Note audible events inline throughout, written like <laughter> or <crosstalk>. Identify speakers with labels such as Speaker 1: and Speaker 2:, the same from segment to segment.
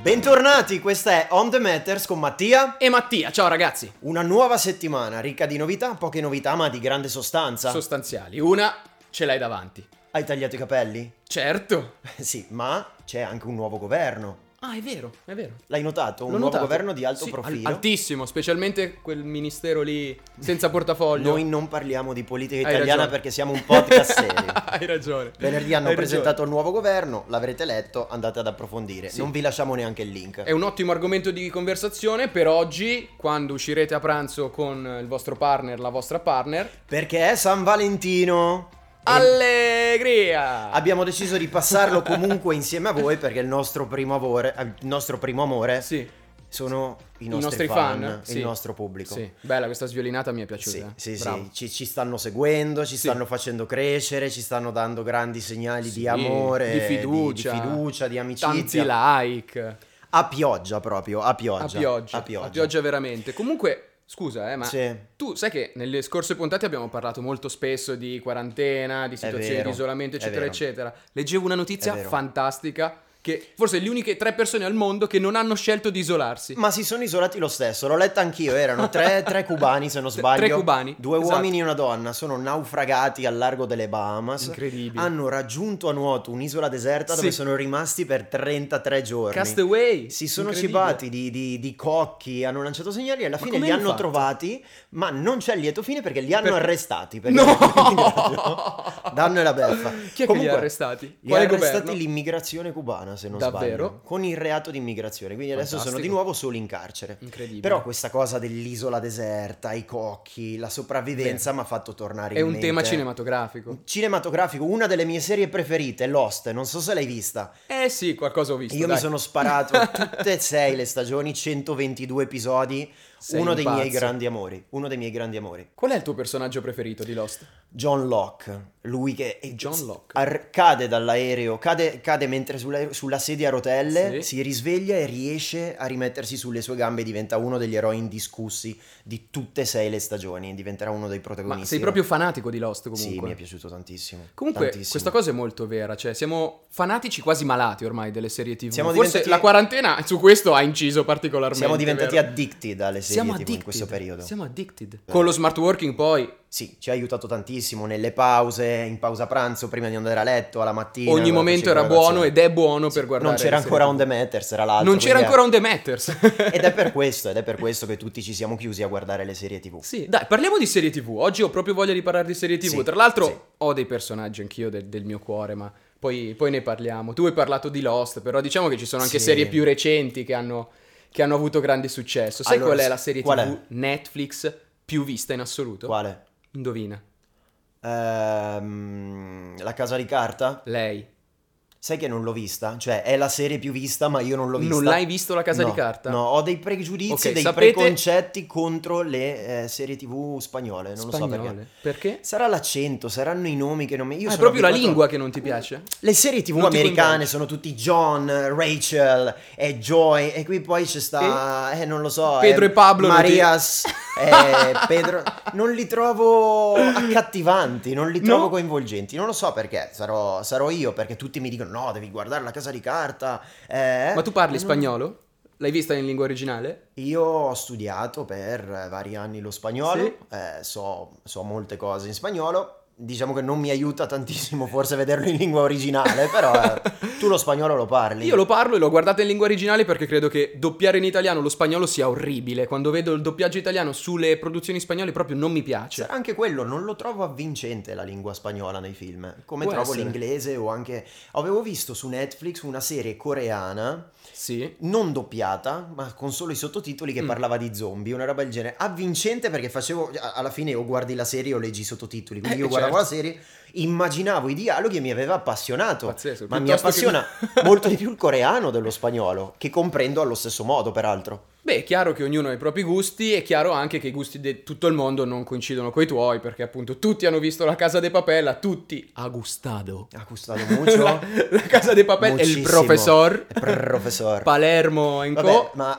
Speaker 1: Bentornati, questa è On The Matters con Mattia.
Speaker 2: E Mattia, ciao ragazzi.
Speaker 1: Una nuova settimana ricca di novità, poche novità ma di grande sostanza.
Speaker 2: Sostanziali. Una ce l'hai davanti.
Speaker 1: Hai tagliato i capelli? <laughs>
Speaker 2: Certo.
Speaker 1: Sì, ma c'è anche un nuovo governo.
Speaker 2: Ah, è vero, è vero.
Speaker 1: L'hai notato? Un
Speaker 2: L'ho
Speaker 1: nuovo
Speaker 2: notato.
Speaker 1: governo di alto
Speaker 2: Sì, al-
Speaker 1: profilo.
Speaker 2: altissimo, specialmente quel ministero lì senza portafoglio.
Speaker 1: Noi non parliamo di politica
Speaker 2: Hai
Speaker 1: italiana
Speaker 2: ragione.
Speaker 1: perché siamo un
Speaker 2: <laughs>
Speaker 1: podcast serio.
Speaker 2: Hai ragione.
Speaker 1: Venerdì hanno
Speaker 2: Hai
Speaker 1: presentato il nuovo governo, l'avrete letto, andate ad approfondire.
Speaker 2: Sì.
Speaker 1: Non vi lasciamo neanche il link.
Speaker 2: ragione. È un ottimo argomento di conversazione per oggi, quando uscirete a pranzo con il vostro partner, la vostra partner.
Speaker 1: Perché è San Valentino. E
Speaker 2: Allegria!
Speaker 1: Abbiamo deciso di passarlo comunque insieme a voi perché il nostro primo amore, eh, il nostro primo amore
Speaker 2: Sì,
Speaker 1: sono i
Speaker 2: i
Speaker 1: nostri,
Speaker 2: nostri
Speaker 1: fan,
Speaker 2: fan, sì.
Speaker 1: il nostro pubblico.
Speaker 2: sì. Bella questa sviolinata mi
Speaker 1: Sì,
Speaker 2: è piaciuta. eh.
Speaker 1: sì, sì,
Speaker 2: Bravo.
Speaker 1: Ci, ci stanno seguendo, ci
Speaker 2: Sì.
Speaker 1: stanno facendo crescere, ci stanno dando grandi segnali
Speaker 2: Sì,
Speaker 1: di amore,
Speaker 2: di fiducia,
Speaker 1: di, fiducia, di
Speaker 2: Tanti
Speaker 1: amicizia.
Speaker 2: like.
Speaker 1: A pioggia proprio, a pioggia.
Speaker 2: A pioggia, a pioggia. veramente. Comunque, scusa, eh, ma
Speaker 1: Sì.
Speaker 2: tu sai che nelle scorse puntate abbiamo parlato molto spesso di quarantena, di situazioni
Speaker 1: vero,
Speaker 2: di isolamento,
Speaker 1: è
Speaker 2: eccetera,
Speaker 1: vero.
Speaker 2: eccetera. Leggevo una notizia
Speaker 1: È vero.
Speaker 2: fantastica che forse le uniche tre persone al mondo che non hanno scelto di isolarsi.
Speaker 1: Ma si sono isolati lo stesso, l'ho letta anch'io, erano
Speaker 2: <laughs>
Speaker 1: tre, tre cubani se non
Speaker 2: Tre-
Speaker 1: sbaglio.
Speaker 2: tre cubani,
Speaker 1: Due
Speaker 2: esatto.
Speaker 1: uomini e una donna sono naufragati al largo delle Bahamas.
Speaker 2: Incredibile.
Speaker 1: Hanno raggiunto a nuoto un'isola deserta dove
Speaker 2: Sì.
Speaker 1: sono rimasti per 33 giorni.
Speaker 2: Castaway.
Speaker 1: Si sono
Speaker 2: Incredibile.
Speaker 1: cibati di, di- di cocchi, hanno lanciato segnali e alla
Speaker 2: Ma
Speaker 1: fine
Speaker 2: come
Speaker 1: li
Speaker 2: hanno
Speaker 1: hanno
Speaker 2: fatto?
Speaker 1: trovati, ma non c'è lieto fine perché li hanno
Speaker 2: Per-
Speaker 1: arrestati. perché-
Speaker 2: <laughs> No!
Speaker 1: Danno e la beffa.
Speaker 2: Chi è che li
Speaker 1: Comunque,
Speaker 2: ha arrestati?
Speaker 1: Li ha
Speaker 2: Quale
Speaker 1: arrestati
Speaker 2: governo?
Speaker 1: l'immigrazione cubana, se non
Speaker 2: Davvero?
Speaker 1: sbaglio, con il reato di immigrazione, quindi adesso sono di
Speaker 2: Fantastico.
Speaker 1: nuovo solo in carcere.
Speaker 2: Incredibile.
Speaker 1: Però questa cosa dell'isola deserta, i cocchi, la sopravvivenza mi ha fatto tornare
Speaker 2: è
Speaker 1: in
Speaker 2: un
Speaker 1: mente-
Speaker 2: tema cinematografico.
Speaker 1: cinematografico, una delle mie serie preferite, Lost, non so se l'hai vista.
Speaker 2: Eh sì, qualcosa ho visto.
Speaker 1: Io mi
Speaker 2: dai.
Speaker 1: sono
Speaker 2: <laughs>
Speaker 1: sparato tutte e sei le stagioni, 122 episodi,
Speaker 2: Sei
Speaker 1: uno
Speaker 2: un
Speaker 1: dei miei
Speaker 2: pazzo.
Speaker 1: grandi amori, uno dei miei grandi amori.
Speaker 2: Qual è il tuo personaggio preferito di Lost?
Speaker 1: John Locke, lui che e-
Speaker 2: John Locke.
Speaker 1: ar- cade dall'aereo, cade, cade mentre sulla, sulla sedia a rotelle,
Speaker 2: Sì.
Speaker 1: si risveglia e riesce a rimettersi sulle sue gambe e diventa uno degli eroi indiscussi di tutte e sei le stagioni, diventerà uno dei protagonisti.
Speaker 2: Ma sei proprio fanatico di Lost comunque.
Speaker 1: Sì, mi è piaciuto tantissimo.
Speaker 2: Comunque,
Speaker 1: tantissimo.
Speaker 2: questa cosa è molto vera, cioè siamo fanatici quasi malati ormai delle serie TV.
Speaker 1: Siamo
Speaker 2: Forse
Speaker 1: diventati-
Speaker 2: la quarantena su questo ha inciso particolarmente.
Speaker 1: Siamo diventati
Speaker 2: vero?
Speaker 1: addicted alle serie
Speaker 2: Siamo
Speaker 1: TV
Speaker 2: addicted.
Speaker 1: in questo periodo.
Speaker 2: Siamo addicted. Con lo smart working poi
Speaker 1: Sì, ci ha aiutato tantissimo nelle pause, in pausa pranzo, prima di andare a letto, alla mattina.
Speaker 2: ogni
Speaker 1: quando
Speaker 2: momento
Speaker 1: facevi
Speaker 2: era buono
Speaker 1: colazione.
Speaker 2: ed è buono per guardare.
Speaker 1: Non c'era
Speaker 2: le
Speaker 1: ancora
Speaker 2: serie
Speaker 1: un
Speaker 2: TV.
Speaker 1: Demeters, era l'altro.
Speaker 2: Non c'era
Speaker 1: quindi-
Speaker 2: ancora un Demeters.
Speaker 1: Ed <laughs> è per questo, ed è per questo che tutti ci siamo chiusi a guardare le serie TV.
Speaker 2: Sì, dai, parliamo di serie TV. Oggi ho proprio voglia di parlare di serie TV.
Speaker 1: Sì,
Speaker 2: Tra l'altro,
Speaker 1: sì.
Speaker 2: ho dei personaggi anch'io del, del mio cuore, ma poi, poi ne parliamo. Tu hai parlato di Lost, però diciamo che ci sono anche
Speaker 1: Sì.
Speaker 2: serie più recenti che hanno, che hanno avuto grande successo. Sai
Speaker 1: Allora,
Speaker 2: qual è la serie
Speaker 1: qual
Speaker 2: TV Netflix più vista in assoluto?
Speaker 1: Quale?
Speaker 2: Indovina,
Speaker 1: Ehm, la casa di carta?
Speaker 2: lei.
Speaker 1: Sai che non l'ho vista? Cioè, è la serie più vista, ma io non l'ho vista.
Speaker 2: Non l'hai visto la casa
Speaker 1: No,
Speaker 2: di carta?
Speaker 1: No, ho dei pregiudizi,
Speaker 2: Ok,
Speaker 1: dei
Speaker 2: sapete-
Speaker 1: preconcetti contro le eh, serie TV spagnole. Non lo so perché.
Speaker 2: Spagnole. Perché?
Speaker 1: Sarà l'accento, saranno i nomi che non mi. Io
Speaker 2: Ah, è
Speaker 1: sono
Speaker 2: proprio la
Speaker 1: abituato-
Speaker 2: lingua che non ti piace?
Speaker 1: Le serie TV
Speaker 2: Non ti
Speaker 1: americane
Speaker 2: coinvolge.
Speaker 1: sono tutti John, Rachel e Joy e qui poi c'è sta eh, non lo so,
Speaker 2: Pedro
Speaker 1: eh,
Speaker 2: e Pablo non ti- <laughs>
Speaker 1: Marias eh, Pedro non li trovo accattivanti, non li
Speaker 2: No?
Speaker 1: trovo coinvolgenti, non lo so perché, sarò, sarò io perché tutti mi dicono "No, devi guardare la casa di carta". eh.
Speaker 2: Ma tu parli
Speaker 1: E non-
Speaker 2: spagnolo? L'hai vista in lingua originale?
Speaker 1: Io ho studiato per eh, vari anni lo spagnolo,
Speaker 2: Sì.
Speaker 1: eh, so, so molte cose in spagnolo. Diciamo che non mi aiuta tantissimo forse vederlo in lingua originale, però
Speaker 2: <laughs>
Speaker 1: eh, tu lo spagnolo lo parli.
Speaker 2: Io lo parlo e l'ho guardato in lingua originale perché credo che doppiare in italiano lo spagnolo sia orribile. Quando vedo il doppiaggio italiano sulle produzioni spagnole proprio non mi piace.
Speaker 1: Sarà Cioè, anche quello, non lo trovo avvincente la lingua spagnola nei film, come
Speaker 2: Può
Speaker 1: trovo
Speaker 2: essere.
Speaker 1: l'inglese o anche... Avevo visto su Netflix una serie coreana,
Speaker 2: Sì.
Speaker 1: non doppiata, ma con solo i sottotitoli che
Speaker 2: Mm.
Speaker 1: parlava di zombie, una roba del genere. Avvincente perché facevo, a- alla fine o guardi la serie o leggi i sottotitoli, quindi
Speaker 2: Eh,
Speaker 1: io guardavo la
Speaker 2: certo.
Speaker 1: serie, immaginavo i dialoghi e mi aveva appassionato.
Speaker 2: Pazzesco.
Speaker 1: Ma mi
Speaker 2: Piuttosto che-
Speaker 1: appassiona
Speaker 2: <laughs>
Speaker 1: molto di più il coreano dello spagnolo, che comprendo allo stesso modo, peraltro.
Speaker 2: Beh, è chiaro che ognuno ha i propri gusti, è chiaro anche che i gusti di tutto il mondo non coincidono coi tuoi, perché appunto tutti hanno visto la Casa de Papel, tutti ha gustado.
Speaker 1: Ha gustato molto.
Speaker 2: la, la Casa de Papel e il
Speaker 1: Muchissimo.
Speaker 2: professor.
Speaker 1: Il professor.
Speaker 2: Palermo e
Speaker 1: Vabbè,
Speaker 2: co.
Speaker 1: ma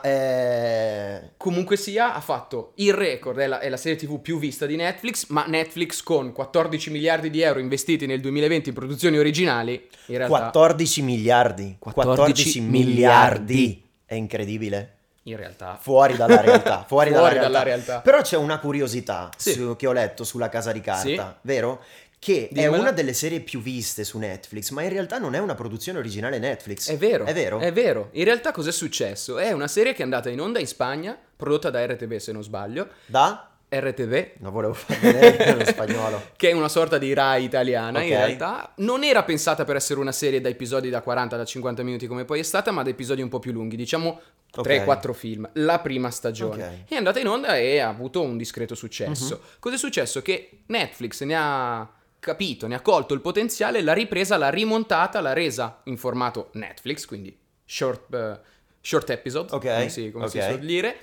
Speaker 1: eh,
Speaker 2: Comunque sia, ha fatto il record, è la, è la serie TV più vista di Netflix, ma Netflix con 14 miliardi di euro investiti nel 2020 in produzioni originali, in realtà
Speaker 1: 14 miliardi. 14,
Speaker 2: 14
Speaker 1: miliardi. è incredibile.
Speaker 2: In realtà.
Speaker 1: Fuori dalla realtà,
Speaker 2: <laughs>
Speaker 1: fuori, dalla, realtà.
Speaker 2: realtà.
Speaker 1: Però c'è una curiosità
Speaker 2: Sì.
Speaker 1: su- che ho letto sulla casa di carta,
Speaker 2: Sì.
Speaker 1: vero? Che
Speaker 2: Dimmela.
Speaker 1: è una delle serie più viste su Netflix, ma in realtà non è una produzione originale Netflix.
Speaker 2: È vero.
Speaker 1: È vero?
Speaker 2: È vero. In realtà cos'è successo? È una serie che è andata in onda in Spagna, prodotta da RTV se non sbaglio.
Speaker 1: Da?
Speaker 2: RTV
Speaker 1: Non volevo far vedere lo spagnolo.
Speaker 2: <laughs> che è una sorta di Rai italiana in
Speaker 1: Ok.
Speaker 2: realtà. Non era pensata per essere una serie da episodi da 40 da 50 minuti come poi è stata, ma da episodi un po' più lunghi, diciamo
Speaker 1: Ok.
Speaker 2: 3-4 film, la prima stagione. È andata in onda e ha avuto un discreto successo.
Speaker 1: Mhm.
Speaker 2: Cos'è successo? Che Netflix ne ha capito, ne ha colto il potenziale, l'ha ripresa, l'ha rimontata, l'ha resa in formato Netflix, quindi short, eh, short episode,
Speaker 1: Ok,
Speaker 2: come, si, come si
Speaker 1: ok.
Speaker 2: suol dire,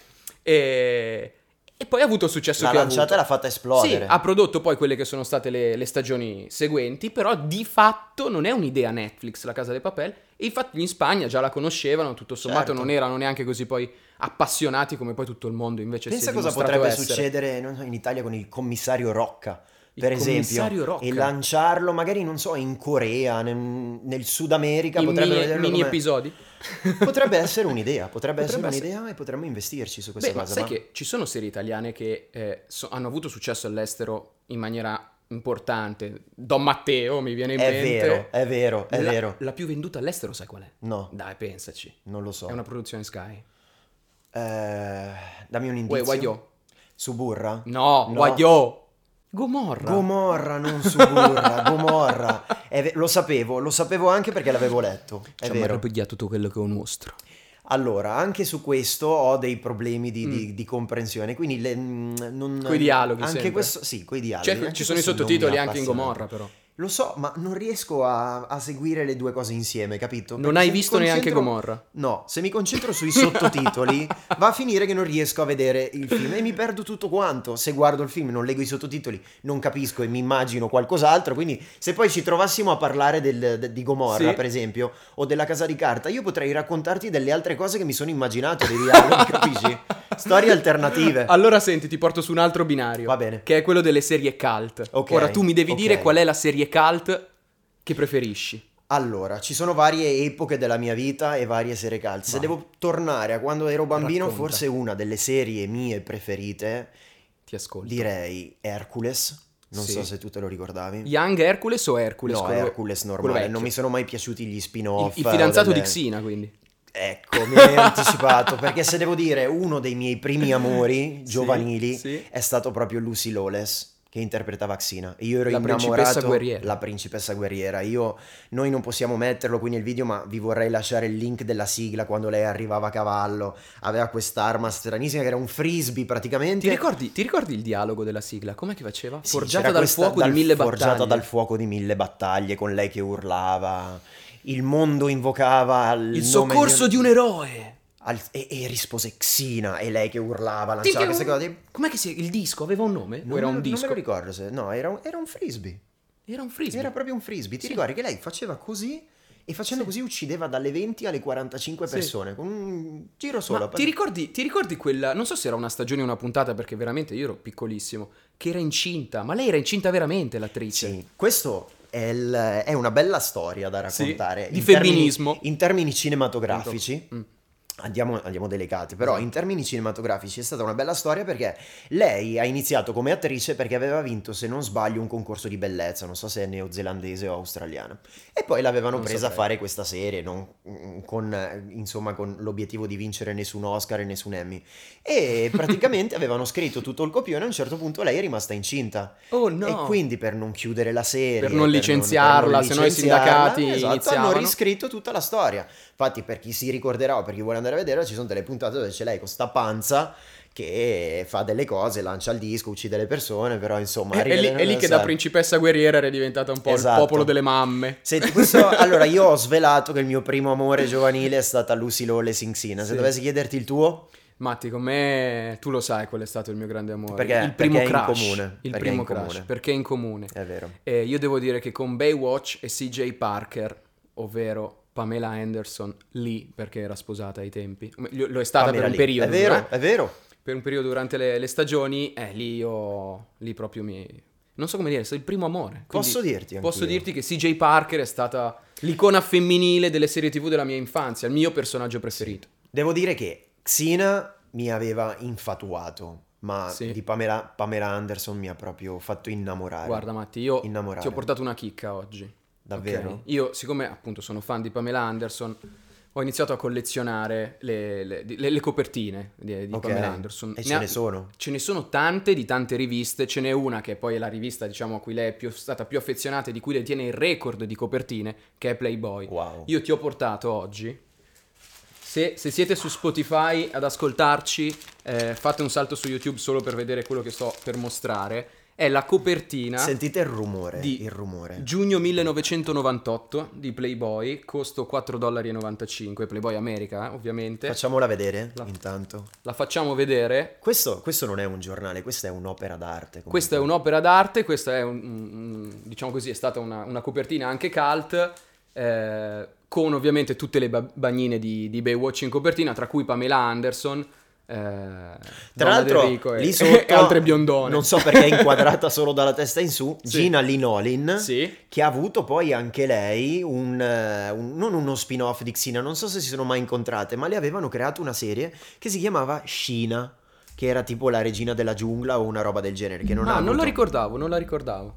Speaker 2: e, e poi ha avuto il successo
Speaker 1: La
Speaker 2: che ha
Speaker 1: lanciata
Speaker 2: avuto.
Speaker 1: l'ha fatta esplodere.
Speaker 2: Sì, ha prodotto poi quelle che sono state le, le stagioni seguenti, però di fatto non è un'idea Netflix la Casa dei Papel e infatti in Spagna già la conoscevano, tutto sommato
Speaker 1: Certo.
Speaker 2: non erano neanche così poi appassionati come poi tutto il mondo invece cioè, si
Speaker 1: Pensa
Speaker 2: è
Speaker 1: cosa
Speaker 2: dimostrato
Speaker 1: potrebbe
Speaker 2: essere.
Speaker 1: succedere non so, in Italia con il commissario Rocca,
Speaker 2: Il
Speaker 1: per esempio,
Speaker 2: commissario Rocca.
Speaker 1: e lanciarlo magari, non so, in Corea, nel, nel Sud America,
Speaker 2: In
Speaker 1: potrebbero
Speaker 2: mini,
Speaker 1: vederlo
Speaker 2: mini
Speaker 1: come-
Speaker 2: episodi. <laughs>
Speaker 1: Potrebbe essere un'idea, potrebbe, essere
Speaker 2: Potrebbe
Speaker 1: un'idea e potremmo investirci su questa
Speaker 2: Beh, ma
Speaker 1: cosa.
Speaker 2: sai che ci sono serie italiane che eh, so- hanno avuto successo all'estero in maniera importante. Don Matteo mi viene in
Speaker 1: È
Speaker 2: mente.
Speaker 1: vero, è vero, è
Speaker 2: la,
Speaker 1: vero.
Speaker 2: La più venduta all'estero, sai qual è?
Speaker 1: No,
Speaker 2: Dai, pensaci.
Speaker 1: non lo so.
Speaker 2: È una produzione Sky.
Speaker 1: Eh, dammi un
Speaker 2: Uè,
Speaker 1: indizio.
Speaker 2: Guagliò.
Speaker 1: Suburra?
Speaker 2: No,
Speaker 1: No.
Speaker 2: Guagliò. Gomorra.
Speaker 1: Gomorra, non
Speaker 2: <laughs>
Speaker 1: Suburra, Gomorra. È ve- lo sapevo, lo sapevo anche perché l'avevo letto. È
Speaker 2: Ci ha
Speaker 1: vero.
Speaker 2: meravigliato tutto quello che è un mostro.
Speaker 1: Allora, anche su questo ho dei problemi di,
Speaker 2: Mm.
Speaker 1: di- di comprensione, quindi le- mm, non...
Speaker 2: Coi dialoghi,
Speaker 1: Anche
Speaker 2: sempre.
Speaker 1: questo, sì, coi dialoghi.
Speaker 2: Cioè,
Speaker 1: anche
Speaker 2: ci sono i
Speaker 1: questo non
Speaker 2: sottotitoli
Speaker 1: mi ha
Speaker 2: anche in
Speaker 1: appassionato.
Speaker 2: Gomorra, però.
Speaker 1: Lo so, ma non riesco a, a seguire le due cose insieme, capito?
Speaker 2: Non
Speaker 1: Perché
Speaker 2: hai
Speaker 1: se mi
Speaker 2: visto neanche
Speaker 1: concentro-
Speaker 2: Gomorra.
Speaker 1: No, se mi concentro sui
Speaker 2: <laughs>
Speaker 1: sottotitoli va a finire che non riesco a vedere il film e mi perdo tutto quanto. Se guardo il film, non leggo i sottotitoli, non capisco e mi immagino qualcos'altro. Quindi, se poi ci trovassimo a parlare del- de- di Gomorra,
Speaker 2: Sì.
Speaker 1: per esempio, o della casa di carta, io potrei raccontarti delle altre cose che mi sono immaginato dei
Speaker 2: <laughs>
Speaker 1: dialoghi, capisci? Storie alternative.
Speaker 2: Allora senti, ti porto su un altro binario.
Speaker 1: Va bene.
Speaker 2: Che è quello delle serie cult.
Speaker 1: Ok,
Speaker 2: Ora tu mi devi
Speaker 1: ok.
Speaker 2: dire qual è la serie cult che preferisci.
Speaker 1: Allora, ci sono varie epoche della mia vita e varie serie calze. Se
Speaker 2: Vai.
Speaker 1: devo tornare a quando ero bambino,
Speaker 2: Racconta.
Speaker 1: forse una delle serie mie preferite,
Speaker 2: Ti ascolto.
Speaker 1: direi Hercules. Non
Speaker 2: Sì.
Speaker 1: so se tu te lo ricordavi.
Speaker 2: Young Hercules o Hercules?
Speaker 1: no,
Speaker 2: Quello-
Speaker 1: Hercules normale.
Speaker 2: quello
Speaker 1: Non mi
Speaker 2: vecchio.
Speaker 1: sono mai piaciuti gli
Speaker 2: Il,
Speaker 1: spin-off.
Speaker 2: il
Speaker 1: o
Speaker 2: fidanzato
Speaker 1: delle-
Speaker 2: di Xina, quindi.
Speaker 1: Ecco, mi hai anticipato. Perché se devo dire, uno dei miei primi amori
Speaker 2: <laughs> Sì,
Speaker 1: giovanili
Speaker 2: sì.
Speaker 1: è stato proprio Lucy Lawless che interpretava Xina. E Io ero
Speaker 2: La
Speaker 1: innamorato
Speaker 2: principessa guerriera.
Speaker 1: la principessa guerriera. Io noi non possiamo metterlo qui nel video, ma vi vorrei lasciare il link della sigla quando lei arrivava a cavallo, aveva quest'arma stranissima che era un frisbee praticamente.
Speaker 2: Ti ricordi, ti ricordi il dialogo della sigla? Com'è che faceva?
Speaker 1: Cioè Sì,
Speaker 2: forgiata
Speaker 1: c'era
Speaker 2: dal
Speaker 1: questa-
Speaker 2: fuoco
Speaker 1: dal-
Speaker 2: di mille
Speaker 1: forgiata
Speaker 2: battaglie.
Speaker 1: dal fuoco di mille battaglie con lei che urlava. Il mondo invocava al
Speaker 2: il
Speaker 1: nome
Speaker 2: soccorso di un eroe.
Speaker 1: al- e, e rispose Xina e lei che urlava,
Speaker 2: Ti-
Speaker 1: lanciava queste cose.
Speaker 2: Com'è che si... Il disco aveva un nome? o
Speaker 1: Non
Speaker 2: era
Speaker 1: me lo- Non
Speaker 2: un
Speaker 1: me lo
Speaker 2: disco?
Speaker 1: ricordo se no, era un, era un frisbee.
Speaker 2: Era un frisbee.
Speaker 1: Era proprio un frisbee. Ti
Speaker 2: Sì.
Speaker 1: ricordi che lei faceva così e facendo
Speaker 2: Sì.
Speaker 1: così uccideva dalle 20 alle 45
Speaker 2: Sì.
Speaker 1: persone con un giro
Speaker 2: Ma
Speaker 1: solo.
Speaker 2: ti, ricordi, ti ricordi quella, non so se era una stagione o una puntata, perché veramente io ero piccolissimo, che era incinta, ma lei era incinta veramente l'attrice.
Speaker 1: Sì, questo è, il- è una bella storia da
Speaker 2: Sì,
Speaker 1: raccontare.
Speaker 2: di
Speaker 1: in termini-
Speaker 2: femminismo.
Speaker 1: in termini cinematografici.
Speaker 2: Mm.
Speaker 1: Andiamo, andiamo delicati, però
Speaker 2: Esatto.
Speaker 1: in termini cinematografici è stata una bella storia perché lei ha iniziato come attrice perché aveva vinto, se non sbaglio, un concorso di bellezza, non so se è neozelandese o australiana. E poi l'avevano
Speaker 2: Non
Speaker 1: presa a
Speaker 2: saprei.
Speaker 1: fare questa serie, non- mm, con, eh, insomma, con l'obiettivo di vincere nessun Oscar e nessun Emmy. E
Speaker 2: <laughs>
Speaker 1: praticamente avevano scritto tutto il copione, a un certo punto lei è rimasta incinta.
Speaker 2: Oh no!
Speaker 1: E quindi per non chiudere la serie,
Speaker 2: Per non licenziarla, se no i sindacati
Speaker 1: esatto,
Speaker 2: iniziavano.
Speaker 1: hanno riscritto tutta la storia. Infatti, per chi si ricorderà o per chi vuole andare a vedere, ci sono delle puntate dove c'è lei con sta panza che fa delle cose, lancia il disco, uccide le persone, però insomma...
Speaker 2: Eh, è,
Speaker 1: arriva
Speaker 2: lì,
Speaker 1: nel-
Speaker 2: è lì che da
Speaker 1: esatto.
Speaker 2: principessa guerriera era diventata un po'
Speaker 1: Esatto.
Speaker 2: il popolo delle mamme.
Speaker 1: Senti,
Speaker 2: <laughs>
Speaker 1: questo, allora io ho svelato che il mio primo amore giovanile è stata Lucy Lole Singsina. Se
Speaker 2: Sì.
Speaker 1: dovessi chiederti il tuo,
Speaker 2: Matti, con me tu lo sai qual è stato il mio grande amore.
Speaker 1: Perché-
Speaker 2: il primo
Speaker 1: perché è in
Speaker 2: crush.
Speaker 1: comune.
Speaker 2: Il
Speaker 1: Perché è
Speaker 2: primo
Speaker 1: in
Speaker 2: crush,
Speaker 1: comune.
Speaker 2: perché è in comune.
Speaker 1: è vero.
Speaker 2: Eh, io devo dire che con Baywatch e CJ Parker, ovvero Pamela Anderson, lì perché era sposata ai tempi, lo lo è stata
Speaker 1: Pamela
Speaker 2: per un
Speaker 1: Lee.
Speaker 2: periodo.
Speaker 1: È vero,
Speaker 2: eh?
Speaker 1: è vero.
Speaker 2: per un periodo durante le, le stagioni, eh, lì io, lì proprio mi... Non so come dire, è stato il primo amore. Quindi
Speaker 1: Posso dirti
Speaker 2: Posso
Speaker 1: anch'io.
Speaker 2: dirti che CJ Parker è stata l'icona femminile delle serie tv della mia infanzia, il mio personaggio preferito.
Speaker 1: Devo dire che Xina mi aveva infatuato, ma
Speaker 2: Sì.
Speaker 1: di Pamela, Pamela Anderson mi ha proprio fatto innamorare.
Speaker 2: Guarda Matti, io
Speaker 1: Innamorare.
Speaker 2: ti ho portato una chicca oggi.
Speaker 1: Davvero?
Speaker 2: Ok? Io, siccome appunto sono fan di Pamela Anderson, ho iniziato a collezionare le, le- le- le copertine di, di
Speaker 1: Ok.
Speaker 2: Pamela Anderson.
Speaker 1: E ce
Speaker 2: ha-
Speaker 1: ne sono.
Speaker 2: Ce ne sono tante di tante riviste, ce n'è una che è poi è la rivista diciamo a cui lei è più- stata più affezionata e di cui lei tiene il record di copertine, che è Playboy.
Speaker 1: Wow.
Speaker 2: Io ti ho portato oggi. Se, se siete su Spotify ad ascoltarci, eh, fate un salto su YouTube solo per vedere quello che sto per mostrare. È la copertina
Speaker 1: Sentite il rumore,
Speaker 2: di
Speaker 1: il rumore.
Speaker 2: giugno 1998 di Playboy, costo 4,95 dollari, Playboy America eh, ovviamente.
Speaker 1: Facciamola vedere
Speaker 2: La-
Speaker 1: intanto.
Speaker 2: La facciamo vedere.
Speaker 1: Questo, questo non è un giornale, questa è un'opera d'arte. comunque.
Speaker 2: Questa è un'opera d'arte, questa è un, un- diciamo così, è stata una, una copertina anche cult, eh, con ovviamente tutte le ba- bagnine di, di Baywatch in copertina, tra cui Pamela Anderson, eh,
Speaker 1: Tra
Speaker 2: Donna Del
Speaker 1: l'altro,
Speaker 2: Rico e, <laughs>
Speaker 1: lì sotto,
Speaker 2: e altre biondone.
Speaker 1: Non so perché è inquadrata solo dalla testa in su.
Speaker 2: <laughs> Sì.
Speaker 1: Gina Linolin,
Speaker 2: Sì.
Speaker 1: che ha avuto poi anche lei un, eh, un- non uno spin-off di Xina, non so se si sono mai incontrate, ma le avevano creato una serie che si chiamava Shina, che era tipo la regina della giungla o una roba del genere, che non, ha,
Speaker 2: ah, non la
Speaker 1: avuto,
Speaker 2: ricordavo, non la ricordavo.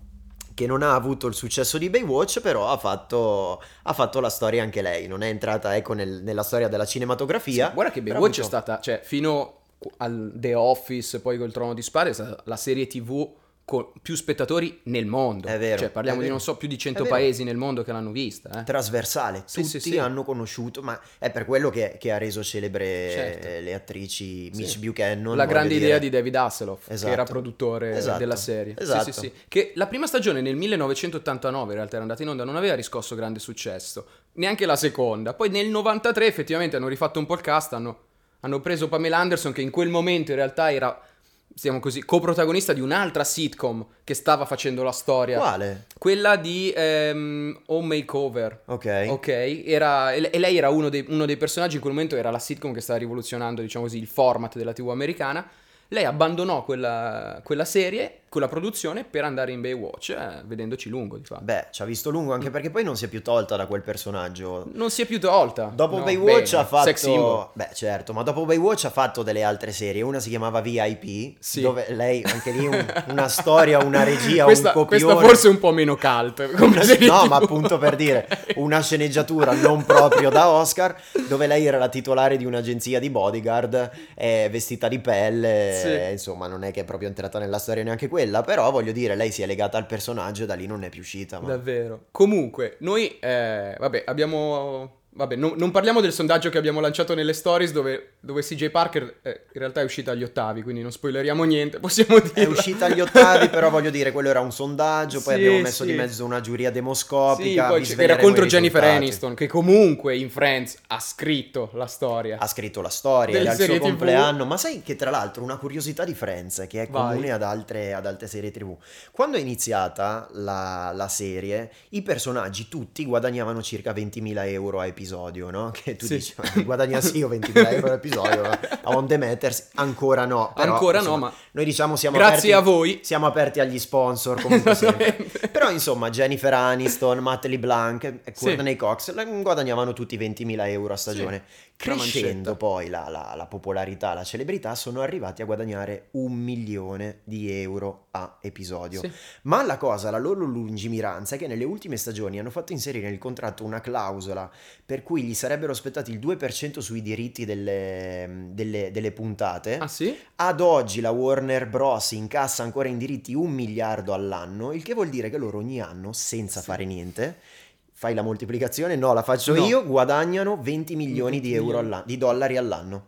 Speaker 1: che non ha avuto il successo di Baywatch, però ha fatto, ha fatto la storia anche lei, non è entrata ecco nel- nella storia della cinematografia.
Speaker 2: Sì, guarda che
Speaker 1: però ha
Speaker 2: Baywatch è
Speaker 1: avuto-
Speaker 2: stata, cioè, fino al The Office, poi col Trono di Spade, è stata la serie TV con più spettatori nel mondo.
Speaker 1: È vero,
Speaker 2: Cioè, parliamo
Speaker 1: è
Speaker 2: di
Speaker 1: vero.
Speaker 2: non so più di
Speaker 1: È
Speaker 2: 100
Speaker 1: vero.
Speaker 2: paesi nel mondo che l'hanno vista, eh.
Speaker 1: trasversale,
Speaker 2: Sì,
Speaker 1: tutti
Speaker 2: sì, sì.
Speaker 1: hanno conosciuto, ma è per quello che, che ha reso celebre
Speaker 2: Certo.
Speaker 1: eh, le attrici
Speaker 2: Sì.
Speaker 1: Mitch Buchanan.
Speaker 2: la
Speaker 1: voglio
Speaker 2: grande
Speaker 1: dire.
Speaker 2: idea di David Hasselhoff,
Speaker 1: Esatto.
Speaker 2: che era produttore
Speaker 1: Esatto.
Speaker 2: della serie. Sì,
Speaker 1: Esatto.
Speaker 2: Sì, sì, Che la prima stagione nel 1989, in realtà era andata in onda, non aveva riscosso grande successo, neanche la seconda. Poi nel 93 effettivamente hanno rifatto un po' il cast, hanno, hanno preso Pamela Anderson che in quel momento in realtà era, diciamo così, coprotagonista di un'altra sitcom che stava facendo la storia.
Speaker 1: Quale?
Speaker 2: Quella di ehm, Home Makeover.
Speaker 1: Ok.
Speaker 2: Ok, era, e e lei era uno dei, uno dei personaggi in quel momento, era la sitcom che stava rivoluzionando, diciamo così, il format della TV americana. Lei abbandonò quella, quella serie, quella produzione, per andare in Baywatch, eh, vedendoci lungo, di fatto.
Speaker 1: Beh, ci ha visto lungo
Speaker 2: Mm.
Speaker 1: anche perché poi non si è più tolta da quel personaggio.
Speaker 2: Non si è più tolta.
Speaker 1: Dopo
Speaker 2: No,
Speaker 1: Baywatch
Speaker 2: bene.
Speaker 1: ha fatto
Speaker 2: Sex symbol.
Speaker 1: Beh, certo, ma dopo Baywatch ha fatto delle altre serie. Una si chiamava VIP,
Speaker 2: Sì.
Speaker 1: dove lei anche lì un- una storia, una regia,
Speaker 2: questa,
Speaker 1: un copione.
Speaker 2: Questa forse è un po' meno cult. come serie
Speaker 1: no,
Speaker 2: TV.
Speaker 1: ma appunto per dire
Speaker 2: <laughs>
Speaker 1: una sceneggiatura non proprio da Oscar, dove lei era la titolare di un'agenzia di bodyguard, eh, vestita di pelle,
Speaker 2: Sì.
Speaker 1: eh, insomma, non è che è proprio entrata nella storia neanche quella, però voglio dire, lei si è legata al personaggio e da lì non è più uscita. Ma...
Speaker 2: Davvero. Comunque, noi, eh, vabbè, abbiamo... Vabbè, non, non parliamo del sondaggio che abbiamo lanciato nelle stories dove, dove CJ Parker eh, in realtà è uscita agli ottavi, quindi non spoileriamo niente, <laughs> possiamo dire.
Speaker 1: È uscita agli ottavi,
Speaker 2: <laughs>
Speaker 1: però voglio dire, quello era un sondaggio, poi
Speaker 2: Sì,
Speaker 1: abbiamo messo
Speaker 2: sì.
Speaker 1: di mezzo una giuria
Speaker 2: Sì,
Speaker 1: demoscopica,
Speaker 2: poi
Speaker 1: vi
Speaker 2: c'è- che era
Speaker 1: sveleremo
Speaker 2: contro
Speaker 1: i
Speaker 2: Jennifer
Speaker 1: risultati.
Speaker 2: Aniston, che comunque in Friends ha scritto la storia.
Speaker 1: ha scritto la storia
Speaker 2: Delle
Speaker 1: era il
Speaker 2: serie
Speaker 1: suo
Speaker 2: TV.
Speaker 1: compleanno ma sai che tra l'altro una curiosità di Friends che è
Speaker 2: Vai.
Speaker 1: comune ad altre, ad altre serie tv quando è iniziata la, la serie i personaggi tutti guadagnavano circa 20.000 euro a episodio no? che tu
Speaker 2: Sì.
Speaker 1: dici "Ah, "Ma guadagnassi io 20.000 euro
Speaker 2: <laughs>
Speaker 1: all'episodio a On The Matters ancora no però,
Speaker 2: Ancora
Speaker 1: insomma,
Speaker 2: no, ma
Speaker 1: noi diciamo siamo aperti
Speaker 2: grazie a voi.
Speaker 1: siamo aperti agli sponsor comunque
Speaker 2: <laughs>
Speaker 1: sempre. Però insomma Jennifer Aniston, Matt LeBlanc e
Speaker 2: Sì.
Speaker 1: Courtney Cox la- mm, guadagnavano tutti 20.000 euro a stagione.
Speaker 2: una mancetta.
Speaker 1: Crescendo poi la, la- la popolarità, la celebrità, sono arrivati a guadagnare un milione di euro a episodio.
Speaker 2: Sì.
Speaker 1: Ma la cosa, la loro lungimiranza è che nelle ultime stagioni hanno fatto inserire nel contratto una clausola per cui gli sarebbero aspettati il 2% sui diritti delle, mm, delle- delle puntate.
Speaker 2: Ah sì?
Speaker 1: Ad oggi la Warner Bros. incassa ancora in diritti un miliardo all'anno, il che vuol dire che loro ogni anno, senza
Speaker 2: Sì.
Speaker 1: fare niente, fai la moltiplicazione, no, la faccio
Speaker 2: No.
Speaker 1: io, guadagnano 20 milioni di,
Speaker 2: 20
Speaker 1: euro
Speaker 2: milioni.
Speaker 1: alla- di dollari all'anno.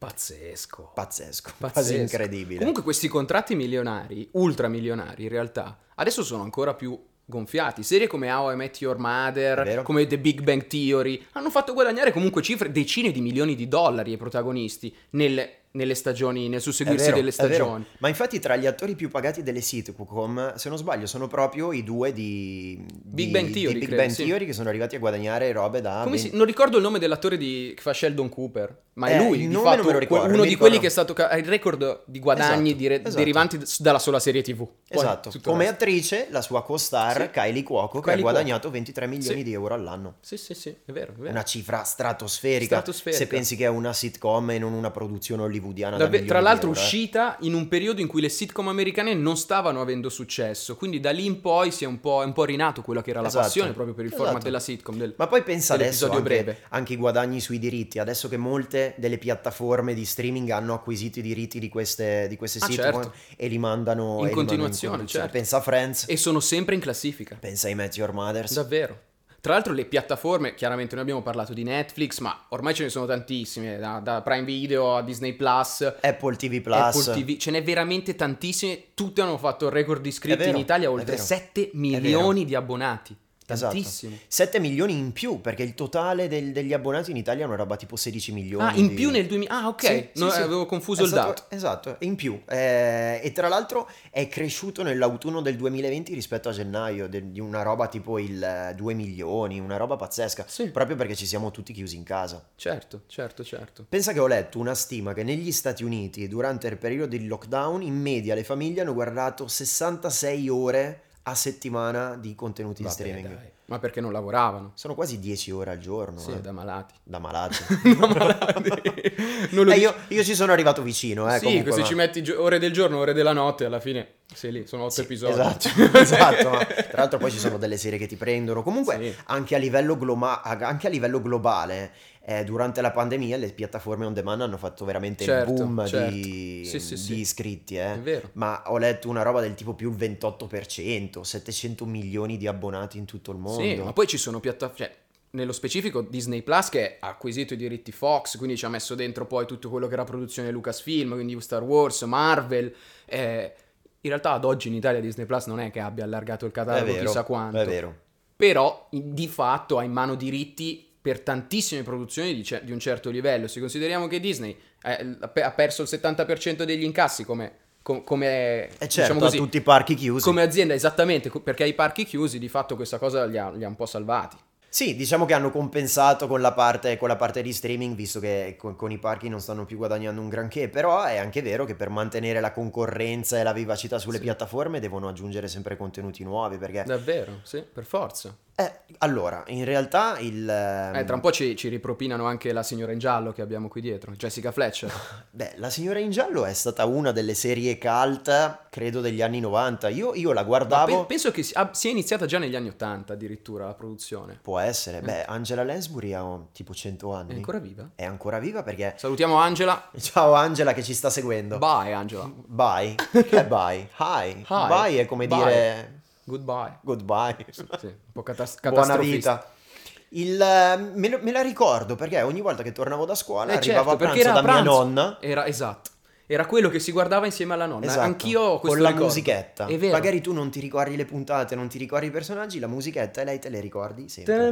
Speaker 2: Pazzesco.
Speaker 1: Pazzesco, <laughs>
Speaker 2: Pazzesco.
Speaker 1: quasi incredibile.
Speaker 2: Comunque questi contratti milionari, ultramilionari in realtà, adesso sono ancora più gonfiati. Serie come How I Met Your
Speaker 1: È
Speaker 2: Mother,
Speaker 1: vero.
Speaker 2: come The Big Bang Theory, hanno fatto guadagnare comunque cifre, decine di milioni di dollari ai protagonisti nelle nelle stagioni, nel
Speaker 1: È
Speaker 2: susseguirsi
Speaker 1: vero,
Speaker 2: delle
Speaker 1: è vero.
Speaker 2: stagioni.
Speaker 1: Ma infatti tra gli attori più pagati delle sitcom, se non sbaglio, sono proprio i due di
Speaker 2: Big
Speaker 1: di-
Speaker 2: Bang
Speaker 1: di
Speaker 2: Theory,
Speaker 1: Big
Speaker 2: credo,
Speaker 1: Bang
Speaker 2: sì.
Speaker 1: Theory che sono arrivati a guadagnare robe da
Speaker 2: Come
Speaker 1: 20
Speaker 2: si- non ricordo il nome dell'attore di, che fa Sheldon Cooper, ma è
Speaker 1: Eh,
Speaker 2: lui,
Speaker 1: il
Speaker 2: di
Speaker 1: nome
Speaker 2: fatto,
Speaker 1: non me lo ricordo,
Speaker 2: uno
Speaker 1: mi
Speaker 2: di
Speaker 1: ricordo.
Speaker 2: quelli che è stato ca- ha il record di guadagni
Speaker 1: Esatto,
Speaker 2: di re-
Speaker 1: esatto.
Speaker 2: derivanti d- dalla sola serie TV. Poi
Speaker 1: Esatto,
Speaker 2: tutto il
Speaker 1: come
Speaker 2: resto.
Speaker 1: attrice la sua co-star
Speaker 2: Sì.
Speaker 1: Kylie Cuoco che
Speaker 2: Kylie
Speaker 1: ha
Speaker 2: Cuoco.
Speaker 1: guadagnato 23 milioni
Speaker 2: Sì.
Speaker 1: di euro all'anno.
Speaker 2: Sì, sì, sì, è vero, è vero.
Speaker 1: Una cifra stratosferica,
Speaker 2: Stratosferica.
Speaker 1: se pensi che è una sitcom e non una produzione hollywoodiana. da
Speaker 2: Davve-
Speaker 1: milioni
Speaker 2: tra
Speaker 1: di
Speaker 2: l'altro
Speaker 1: euro, eh.
Speaker 2: uscita in un periodo in cui le sitcom americane non stavano avendo successo, quindi da lì in poi si è un po', è un po' rinato quella che era la
Speaker 1: Esatto.
Speaker 2: passione proprio per il format
Speaker 1: Esatto.
Speaker 2: della sitcom. del-
Speaker 1: Ma poi pensa adesso
Speaker 2: dell'episodio
Speaker 1: anche,
Speaker 2: breve.
Speaker 1: anche i guadagni sui diritti, adesso che molte delle piattaforme di streaming hanno acquisito i diritti di queste, di queste
Speaker 2: Ah,
Speaker 1: sitcom
Speaker 2: certo.
Speaker 1: e li mandano e li
Speaker 2: In
Speaker 1: mandano
Speaker 2: continuazione, certo.
Speaker 1: Pensa a Friends,
Speaker 2: E sono sempre in classifica.
Speaker 1: pensa ai Met Your Mothers.
Speaker 2: Davvero. Tra l'altro le piattaforme, chiaramente noi abbiamo parlato di Netflix, ma ormai ce ne sono tantissime, da, da Prime Video a Disney Plus,
Speaker 1: Apple TV Plus,
Speaker 2: Apple TV, ce n'è veramente tantissime, tutte hanno fatto il record di iscritti
Speaker 1: È vero,
Speaker 2: in Italia,
Speaker 1: è
Speaker 2: oltre
Speaker 1: vero.
Speaker 2: 7
Speaker 1: È
Speaker 2: milioni di abbonati.
Speaker 1: Esatto.
Speaker 2: Tantissimi.
Speaker 1: 7 milioni in più, perché il totale del- degli abbonati in Italia è una roba tipo 16 milioni.
Speaker 2: Ah, in
Speaker 1: di-
Speaker 2: più nel 2000... Ah, ok,
Speaker 1: Sì, sì,
Speaker 2: no,
Speaker 1: sì.
Speaker 2: avevo confuso
Speaker 1: È
Speaker 2: il
Speaker 1: stato-
Speaker 2: dato.
Speaker 1: Esatto, in più. Eh, e tra l'altro è cresciuto nell'autunno del 2020 rispetto a gennaio, de- di una roba tipo il eh, 2 milioni, una roba pazzesca,
Speaker 2: Sì.
Speaker 1: proprio perché ci siamo tutti chiusi in casa.
Speaker 2: Certo, certo, certo.
Speaker 1: Pensa che ho letto una stima che negli Stati Uniti durante il periodo del lockdown in media le famiglie hanno guardato 66 ore a settimana di contenuti in
Speaker 2: Vabbè,
Speaker 1: streaming.
Speaker 2: dai. Ma perché non lavoravano?
Speaker 1: Sono quasi 10 ore al giorno.
Speaker 2: Sì,
Speaker 1: eh. <laughs>
Speaker 2: da malati.
Speaker 1: da malato.
Speaker 2: <laughs> Da malati. non lo
Speaker 1: Eh,
Speaker 2: dici-
Speaker 1: io, io ci sono arrivato vicino, eh,
Speaker 2: sì,
Speaker 1: comunque,
Speaker 2: se
Speaker 1: ma-
Speaker 2: ci metti gio- ore del giorno, ore della notte, alla fine sei lì, sono otto
Speaker 1: Sì,
Speaker 2: episodi.
Speaker 1: Esatto,
Speaker 2: <laughs>
Speaker 1: esatto, ma tra l'altro poi ci sono delle serie che ti prendono. Comunque
Speaker 2: Sì.
Speaker 1: anche, a livello gloma- anche a livello globale, eh, durante la pandemia le piattaforme on demand hanno fatto veramente
Speaker 2: Certo,
Speaker 1: il boom
Speaker 2: certo.
Speaker 1: di,
Speaker 2: Sì, sì,
Speaker 1: di
Speaker 2: sì.
Speaker 1: iscritti.
Speaker 2: È
Speaker 1: Eh.
Speaker 2: vero.
Speaker 1: Ma ho letto una roba del tipo più il 28%, 700 milioni di abbonati in tutto il mondo.
Speaker 2: Sì, ma poi ci sono piattaforme, cioè, nello specifico Disney Plus che ha acquisito i diritti Fox, quindi ci ha messo dentro poi tutto quello che era produzione Lucasfilm, quindi Star Wars, Marvel. eh, in realtà ad oggi in Italia Disney Plus non è che abbia allargato il
Speaker 1: è
Speaker 2: catalogo
Speaker 1: vero,
Speaker 2: chissà quanto.
Speaker 1: È vero.
Speaker 2: però in- di fatto ha in mano diritti per tantissime produzioni di, cer- di un certo livello. Se consideriamo che Disney eh, l- ha pe- ha perso il 70% degli incassi come, com- come,
Speaker 1: E certo,
Speaker 2: diciamo così,
Speaker 1: a tutti i parchi chiusi.
Speaker 2: come azienda, esattamente, co- perché ai parchi chiusi di fatto questa cosa li ha, li ha un po' salvati.
Speaker 1: Sì, diciamo che hanno compensato con la parte, con la parte di streaming, visto che con, con i parchi non stanno più guadagnando un granché, però è anche vero che per mantenere la concorrenza e la vivacità sulle
Speaker 2: Sì.
Speaker 1: piattaforme devono aggiungere sempre contenuti nuovi, perché...
Speaker 2: Davvero, sì, per forza.
Speaker 1: Eh, allora, in realtà il... ehm,
Speaker 2: Eh, tra un po' ci, ci ripropinano anche la signora in giallo che abbiamo qui dietro,
Speaker 1: <laughs>
Speaker 2: Jessica Fletcher.
Speaker 1: Beh, La signora in giallo è stata una delle serie cult, credo, degli anni 90. Io, io la
Speaker 2: Ma
Speaker 1: guardavo...
Speaker 2: pe- penso che si- ah, sia iniziata già negli anni 80 addirittura la produzione.
Speaker 1: Può essere. Beh, Angela Lansbury ha oh, tipo 100 anni.
Speaker 2: Mm. È ancora viva?
Speaker 1: È ancora viva perché... <laughs>
Speaker 2: Salutiamo Angela.
Speaker 1: Ciao Angela che ci sta seguendo.
Speaker 2: Bye Angela. <laughs>
Speaker 1: Bye. Che è bye? Hi.
Speaker 2: Hi.
Speaker 1: Bye è come
Speaker 2: Bye.
Speaker 1: dire
Speaker 2: Goodbye.
Speaker 1: goodbye. <laughs>
Speaker 2: Sì, un po' catas-
Speaker 1: Buona
Speaker 2: catastrofista.
Speaker 1: vita. Il, eh, me, lo- me la ricordo perché ogni volta che tornavo da scuola
Speaker 2: Eh,
Speaker 1: arrivavo
Speaker 2: certo,
Speaker 1: a
Speaker 2: perché
Speaker 1: pranzo da
Speaker 2: era a
Speaker 1: mia
Speaker 2: pranzo.
Speaker 1: nonna.
Speaker 2: Era esatto. Era quello che si guardava insieme alla nonna.
Speaker 1: Esatto,
Speaker 2: Anch'io ho questo
Speaker 1: con la
Speaker 2: ricordo.
Speaker 1: musichetta.
Speaker 2: È vero.
Speaker 1: Magari tu non ti ricordi le puntate, non ti ricordi i personaggi, la musichetta e lei te le ricordi sempre.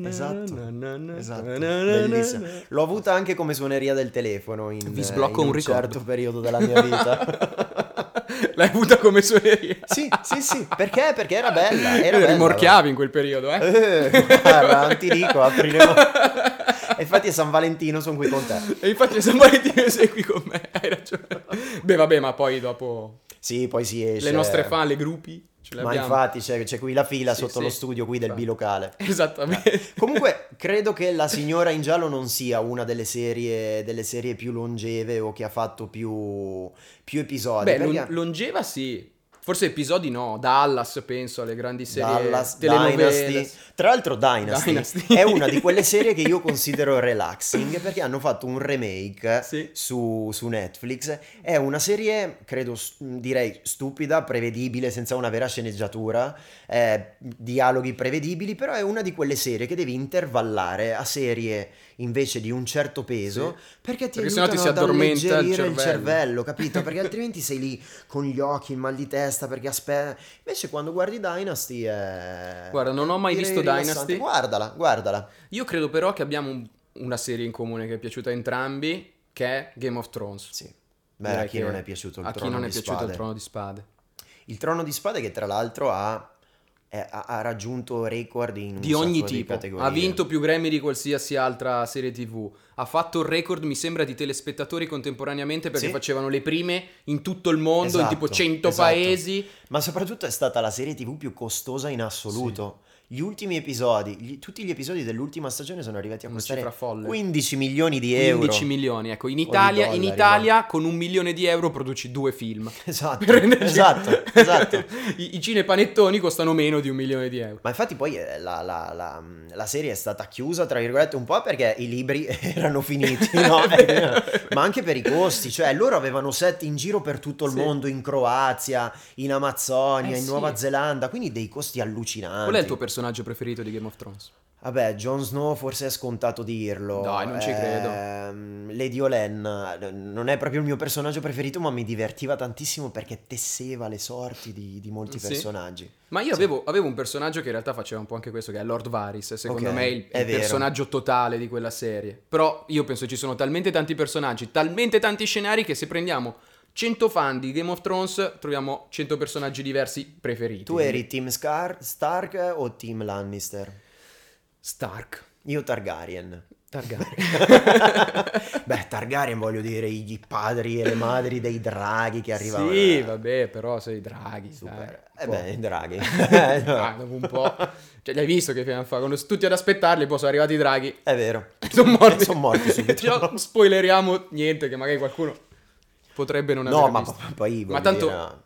Speaker 1: Esatto,
Speaker 2: Esatto.
Speaker 1: esatto, <laughs> bellissima. L'ho avuta anche come suoneria del telefono in,
Speaker 2: Vi sblocco
Speaker 1: in
Speaker 2: un
Speaker 1: un
Speaker 2: ricordo.
Speaker 1: certo periodo della mia
Speaker 2: <laughs>
Speaker 1: vita.
Speaker 2: L'hai avuta come suoneria.
Speaker 1: sì, sì, sì, perché? Perché era bella, era bella.
Speaker 2: Rimorchiavi in quel periodo, eh?
Speaker 1: Eh, guarda, non ti dico, apriremo. E infatti a San Valentino sono qui con te.
Speaker 2: E infatti San Valentino sei qui con me, hai ragione. Beh, vabbè, ma poi dopo
Speaker 1: Sì, poi si esce.
Speaker 2: le nostre fan, le gruppi, ce le
Speaker 1: Ma
Speaker 2: abbiamo.
Speaker 1: infatti c'è, c'è qui la fila
Speaker 2: Sì,
Speaker 1: sotto
Speaker 2: sì.
Speaker 1: lo studio qui del
Speaker 2: Infatti.
Speaker 1: bilocale.
Speaker 2: Esattamente.
Speaker 1: Comunque, credo che La signora in giallo non sia una delle serie, delle serie più longeve o che ha fatto più, più episodi.
Speaker 2: Beh,
Speaker 1: perché-
Speaker 2: lon- longeva sì. Forse episodi no, Dallas penso alle grandi serie
Speaker 1: Dallas,
Speaker 2: telenovele.
Speaker 1: Dynasty. Tra l'altro Dynasty,
Speaker 2: Dynasty.
Speaker 1: è una di
Speaker 2: <laughs>
Speaker 1: quelle serie che io considero relaxing perché hanno fatto un remake
Speaker 2: Sì.
Speaker 1: su, su Netflix. È una serie, credo, s- direi stupida, prevedibile, senza una vera sceneggiatura, eh, dialoghi prevedibili, però è una di quelle serie che devi intervallare a serie invece di un certo peso perché ti
Speaker 2: Perché sennò
Speaker 1: aiutano
Speaker 2: ti si
Speaker 1: ad
Speaker 2: addormenta il
Speaker 1: alleggerire
Speaker 2: cervello.
Speaker 1: il cervello, capito?
Speaker 2: <laughs>
Speaker 1: Perché altrimenti sei lì con gli occhi, il mal di testa, perché aspetta. Invece quando guardi Dynasty è...
Speaker 2: Guarda, non ho mai
Speaker 1: direi
Speaker 2: visto
Speaker 1: rilassante.
Speaker 2: Dynasty.
Speaker 1: Guardala, guardala.
Speaker 2: Io credo però che abbiamo un- una serie in comune che è piaciuta a entrambi, che è Game of Thrones.
Speaker 1: Sì. Beh, a
Speaker 2: Direi
Speaker 1: chi
Speaker 2: che-
Speaker 1: non è piaciuto il
Speaker 2: a chi
Speaker 1: trono
Speaker 2: non è
Speaker 1: di
Speaker 2: piaciuto
Speaker 1: spade.
Speaker 2: il trono di spade.
Speaker 1: Il trono di spade che tra l'altro ha, è- ha- ha raggiunto record in un
Speaker 2: Di ogni
Speaker 1: sacco di
Speaker 2: tipo,
Speaker 1: categorie.
Speaker 2: ha vinto più Grammy di qualsiasi altra serie TV. Ha fatto il record, mi sembra, di telespettatori contemporaneamente perché
Speaker 1: Sì.
Speaker 2: facevano le prime in tutto il mondo, in
Speaker 1: Esatto,
Speaker 2: tipo 100
Speaker 1: esatto.
Speaker 2: paesi.
Speaker 1: Ma soprattutto è stata la serie TV più costosa in assoluto. Gli ultimi episodi, gli- tutti gli episodi dell'ultima stagione sono arrivati a
Speaker 2: Una
Speaker 1: costare
Speaker 2: cifra folle.
Speaker 1: 15 milioni di euro.
Speaker 2: 15 milioni, ecco, in
Speaker 1: O di
Speaker 2: Italia, in
Speaker 1: dollari,
Speaker 2: Italia con un milione di euro produci due film.
Speaker 1: <laughs> Esatto,
Speaker 2: Per renderci-
Speaker 1: esatto, esatto.
Speaker 2: <laughs> I, I cinepanettoni costano meno di un milione di euro.
Speaker 1: Ma infatti poi eh, la, la- la- la serie è stata chiusa, tra virgolette, un po' perché i libri <laughs> erano
Speaker 2: <laughs>
Speaker 1: finiti, no? eh,
Speaker 2: È vero.
Speaker 1: ma anche per i costi, cioè loro avevano set in giro per tutto il
Speaker 2: Sì.
Speaker 1: mondo, in Croazia, in Amazzonia,
Speaker 2: Eh,
Speaker 1: in
Speaker 2: sì.
Speaker 1: Nuova Zelanda, quindi dei costi allucinanti.
Speaker 2: Qual è il tuo personaggio preferito di Game of Thrones?
Speaker 1: Vabbè, Jon Snow forse è scontato dirlo.
Speaker 2: Dai, non ci credo.
Speaker 1: Ehm, Lady Olen eh, non è proprio il mio personaggio preferito, ma mi divertiva tantissimo perché tesseva le sorti di, di molti
Speaker 2: Sì.
Speaker 1: personaggi.
Speaker 2: Ma io
Speaker 1: Sì.
Speaker 2: avevo, avevo un personaggio che in realtà faceva un po' anche questo, che è Lord Varys. Secondo
Speaker 1: Ok,
Speaker 2: me è il,
Speaker 1: è
Speaker 2: il
Speaker 1: vero.
Speaker 2: personaggio totale di quella serie. Però io penso ci sono talmente tanti personaggi, talmente tanti scenari che se prendiamo 100 fan di Game of Thrones troviamo 100 personaggi diversi preferiti.
Speaker 1: Tu eri Team Scar- Stark o Team Lannister?
Speaker 2: Stark.
Speaker 1: Io Targaryen.
Speaker 2: <laughs> Targaryen.
Speaker 1: Beh, Targaryen voglio dire i padri e le madri dei draghi che arrivavano.
Speaker 2: Sì, vabbè, però sei draghi.
Speaker 1: Super.
Speaker 2: dai,
Speaker 1: Eh
Speaker 2: un po'.
Speaker 1: beh, i
Speaker 2: <laughs>
Speaker 1: draghi. Eh,
Speaker 2: Ah, dopo un po'.
Speaker 1: <laughs>
Speaker 2: Cioè, l'hai visto che fine fa? Quando tutti ad aspettarli, poi sono arrivati i draghi. <laughs>
Speaker 1: È vero.
Speaker 2: Sono morti.
Speaker 1: Eh, Sono morti subito.
Speaker 2: Cioè, non spoileriamo niente, che magari qualcuno potrebbe non
Speaker 1: No,
Speaker 2: aver
Speaker 1: ma
Speaker 2: visto.
Speaker 1: p- poi
Speaker 2: Ma
Speaker 1: voglio
Speaker 2: tanto-
Speaker 1: dire, no.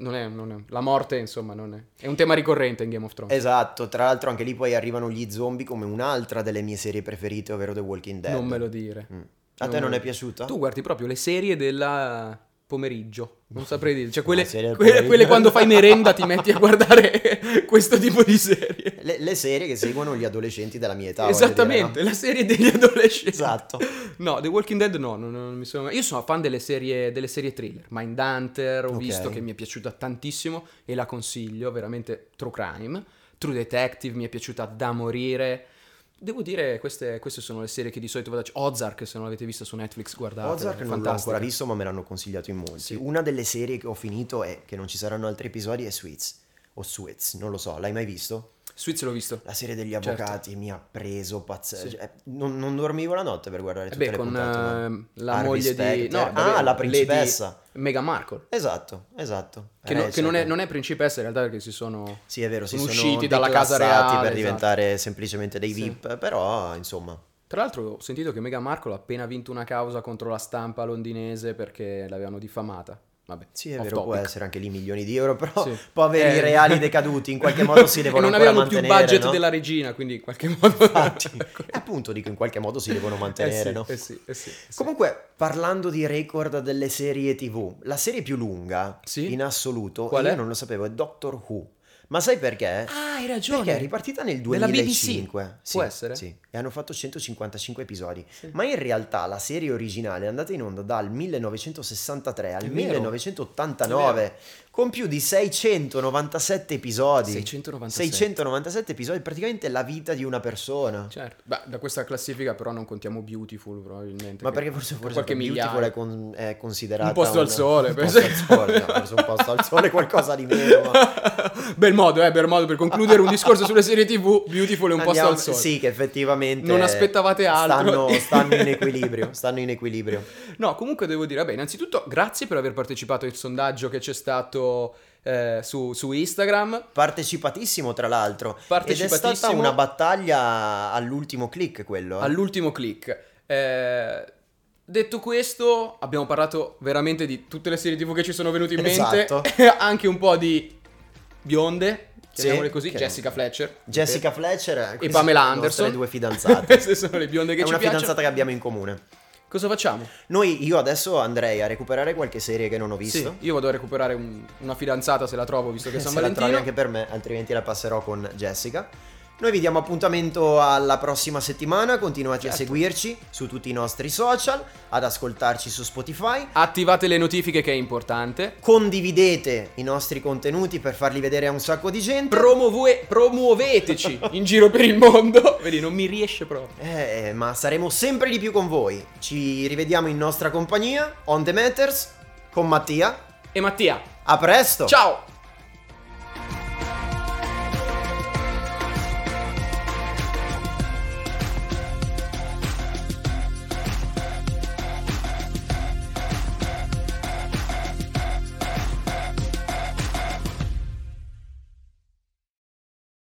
Speaker 2: Non è, non è- La morte, insomma, non è... È un tema ricorrente in Game of Thrones.
Speaker 1: Esatto, tra l'altro anche lì poi arrivano gli zombie come un'altra delle mie serie preferite, ovvero The Walking Dead.
Speaker 2: non me lo dire.
Speaker 1: Mm. A te
Speaker 2: Non
Speaker 1: non
Speaker 2: me-
Speaker 1: è piaciuta?
Speaker 2: Tu guardi proprio le serie del pomeriggio. Non saprei dire.
Speaker 1: <laughs>
Speaker 2: Cioè, quelle,
Speaker 1: No, serie del
Speaker 2: quelle-
Speaker 1: pomeriggio.
Speaker 2: quelle quando fai merenda ti metti a guardare <laughs> questo tipo di serie.
Speaker 1: Le, le serie che seguono gli adolescenti della mia età. voglio dire, no?
Speaker 2: Esattamente, la serie degli adolescenti.
Speaker 1: eh. Esatto.
Speaker 2: No, The Walking Dead no, non, non mi sono mai- Io sono fan delle serie, delle serie thriller, Mindhunter, ho
Speaker 1: Ok.
Speaker 2: visto che mi è piaciuta tantissimo e la consiglio, veramente True Crime, True Detective mi è piaciuta da morire. Devo dire, queste, queste sono le serie che di solito vado a... Ozark, se non l'avete vista su Netflix, guardate.
Speaker 1: Ozark non l'ho
Speaker 2: fantastica.
Speaker 1: ancora visto, ma me l'hanno consigliato in molti.
Speaker 2: Sì.
Speaker 1: Una delle serie che ho finito e che non ci saranno altri episodi è Suits. O Suits, non lo so, l'hai mai visto?
Speaker 2: Suits l'ho visto.
Speaker 1: La serie degli
Speaker 2: Certo.
Speaker 1: avvocati mi ha preso pazzesco.
Speaker 2: Sì.
Speaker 1: non, non dormivo la notte per guardare
Speaker 2: Eh
Speaker 1: tutte
Speaker 2: beh,
Speaker 1: le
Speaker 2: con
Speaker 1: puntate. ma-
Speaker 2: ehm, la
Speaker 1: Harvey
Speaker 2: moglie di...
Speaker 1: Specter.
Speaker 2: No, vabbè,
Speaker 1: ah, la
Speaker 2: Lady
Speaker 1: principessa.
Speaker 2: Meghan Markle.
Speaker 1: Esatto, esatto.
Speaker 2: Che,
Speaker 1: Eh,
Speaker 2: no- che non, è,
Speaker 1: certo.
Speaker 2: non è principessa in realtà perché si sono...
Speaker 1: Sì, è vero, si
Speaker 2: sono
Speaker 1: sono
Speaker 2: usciti dalla casa
Speaker 1: declassati
Speaker 2: reale, esatto.
Speaker 1: per diventare semplicemente dei
Speaker 2: Sì.
Speaker 1: VIP, però insomma,
Speaker 2: Tra l'altro ho sentito che Meghan Markle ha appena vinto una causa contro la stampa londinese perché l'avevano diffamata. Vabbè,
Speaker 1: sì, è
Speaker 2: off
Speaker 1: vero, può
Speaker 2: topic.
Speaker 1: essere anche lì milioni di euro, però <laughs>
Speaker 2: Sì.
Speaker 1: poveri
Speaker 2: Eh.
Speaker 1: reali decaduti in
Speaker 2: <laughs>
Speaker 1: qualche modo si
Speaker 2: E
Speaker 1: devono
Speaker 2: non
Speaker 1: ancora
Speaker 2: avevano più
Speaker 1: mantenere,
Speaker 2: budget
Speaker 1: no?
Speaker 2: della regina, quindi in qualche modo... <laughs>
Speaker 1: <laughs> Infatti, eh, appunto dico in qualche modo si devono mantenere,
Speaker 2: Eh sì,
Speaker 1: no?
Speaker 2: eh sì, eh sì, eh sì.
Speaker 1: Comunque, parlando di record delle serie TV, la serie più lunga
Speaker 2: Sì?
Speaker 1: in assoluto,
Speaker 2: Qual
Speaker 1: io
Speaker 2: è?
Speaker 1: non lo sapevo, è Doctor Who. Ma sai perché?
Speaker 2: Ah, hai ragione.
Speaker 1: Perché è ripartita nel
Speaker 2: Della BBC.
Speaker 1: 2005.
Speaker 2: Può essere?
Speaker 1: Sì. E hanno fatto 155 episodi. Ma in realtà la serie originale è andata in onda dal 1963 al
Speaker 2: È vero.
Speaker 1: 1989 con più di 697 episodi.
Speaker 2: 697.
Speaker 1: 697 episodi, praticamente la vita di una persona.
Speaker 2: Certo. Beh, da questa classifica però non contiamo Beautiful probabilmente.
Speaker 1: Ma
Speaker 2: che-
Speaker 1: perché forse,
Speaker 2: che
Speaker 1: forse
Speaker 2: qualche
Speaker 1: Beautiful
Speaker 2: migliaia.
Speaker 1: è, con- è considerata
Speaker 2: Un posto al sole,
Speaker 1: un
Speaker 2: penso.
Speaker 1: posto al sole, no, forse un posto al sole, qualcosa di meno.
Speaker 2: <laughs>
Speaker 1: ma-
Speaker 2: Bel modo, eh, bel modo per concludere un discorso sulle serie TV. Beautiful è un posto
Speaker 1: Andiamo-
Speaker 2: al sole.
Speaker 1: Sì, che effettivamente
Speaker 2: Non aspettavate altro.
Speaker 1: Stanno, stanno
Speaker 2: <laughs>
Speaker 1: in equilibrio, stanno in equilibrio.
Speaker 2: No, comunque devo dire, vabbè, innanzitutto grazie per aver partecipato al sondaggio che c'è stato eh, su, su Instagram.
Speaker 1: Partecipatissimo tra l'altro. Ed è stata
Speaker 2: Partecipatissimo.
Speaker 1: una battaglia all'ultimo click quello. eh.
Speaker 2: All'ultimo click. Eh, detto questo, abbiamo parlato veramente di tutte le serie TV che ci sono venute in mente.
Speaker 1: Esatto.
Speaker 2: <laughs> Anche un po' di bionde, chiamiamole così,
Speaker 1: che-
Speaker 2: Jessica Fletcher.
Speaker 1: Jessica Fletcher
Speaker 2: e
Speaker 1: queste
Speaker 2: Pamela
Speaker 1: sono le
Speaker 2: Anderson.
Speaker 1: nostre due fidanzate.
Speaker 2: <laughs> Queste sono le bionde che
Speaker 1: È
Speaker 2: ci
Speaker 1: una
Speaker 2: piacciono.
Speaker 1: fidanzata che abbiamo in comune.
Speaker 2: Cosa facciamo?
Speaker 1: Noi, io adesso andrei a recuperare qualche serie che non ho visto.
Speaker 2: Sì, io vado a recuperare un- una fidanzata se la trovo, visto che è
Speaker 1: <laughs>
Speaker 2: San
Speaker 1: Eh, se la trovi
Speaker 2: Valentino.
Speaker 1: anche per me, altrimenti la passerò con Jessica. Noi vi diamo appuntamento alla prossima settimana, continuate
Speaker 2: Certo.
Speaker 1: a seguirci su tutti i nostri social, ad ascoltarci su Spotify.
Speaker 2: Attivate le notifiche che è importante.
Speaker 1: Condividete i nostri contenuti per farli vedere a un sacco di gente.
Speaker 2: Promuove- promuoveteci in giro per il mondo. Vedi, non mi riesce proprio.
Speaker 1: Eh, ma saremo sempre di più con voi. Ci rivediamo in nostra compagnia, On The Matters, con Mattia.
Speaker 2: E Mattia,
Speaker 1: A presto!
Speaker 2: ciao!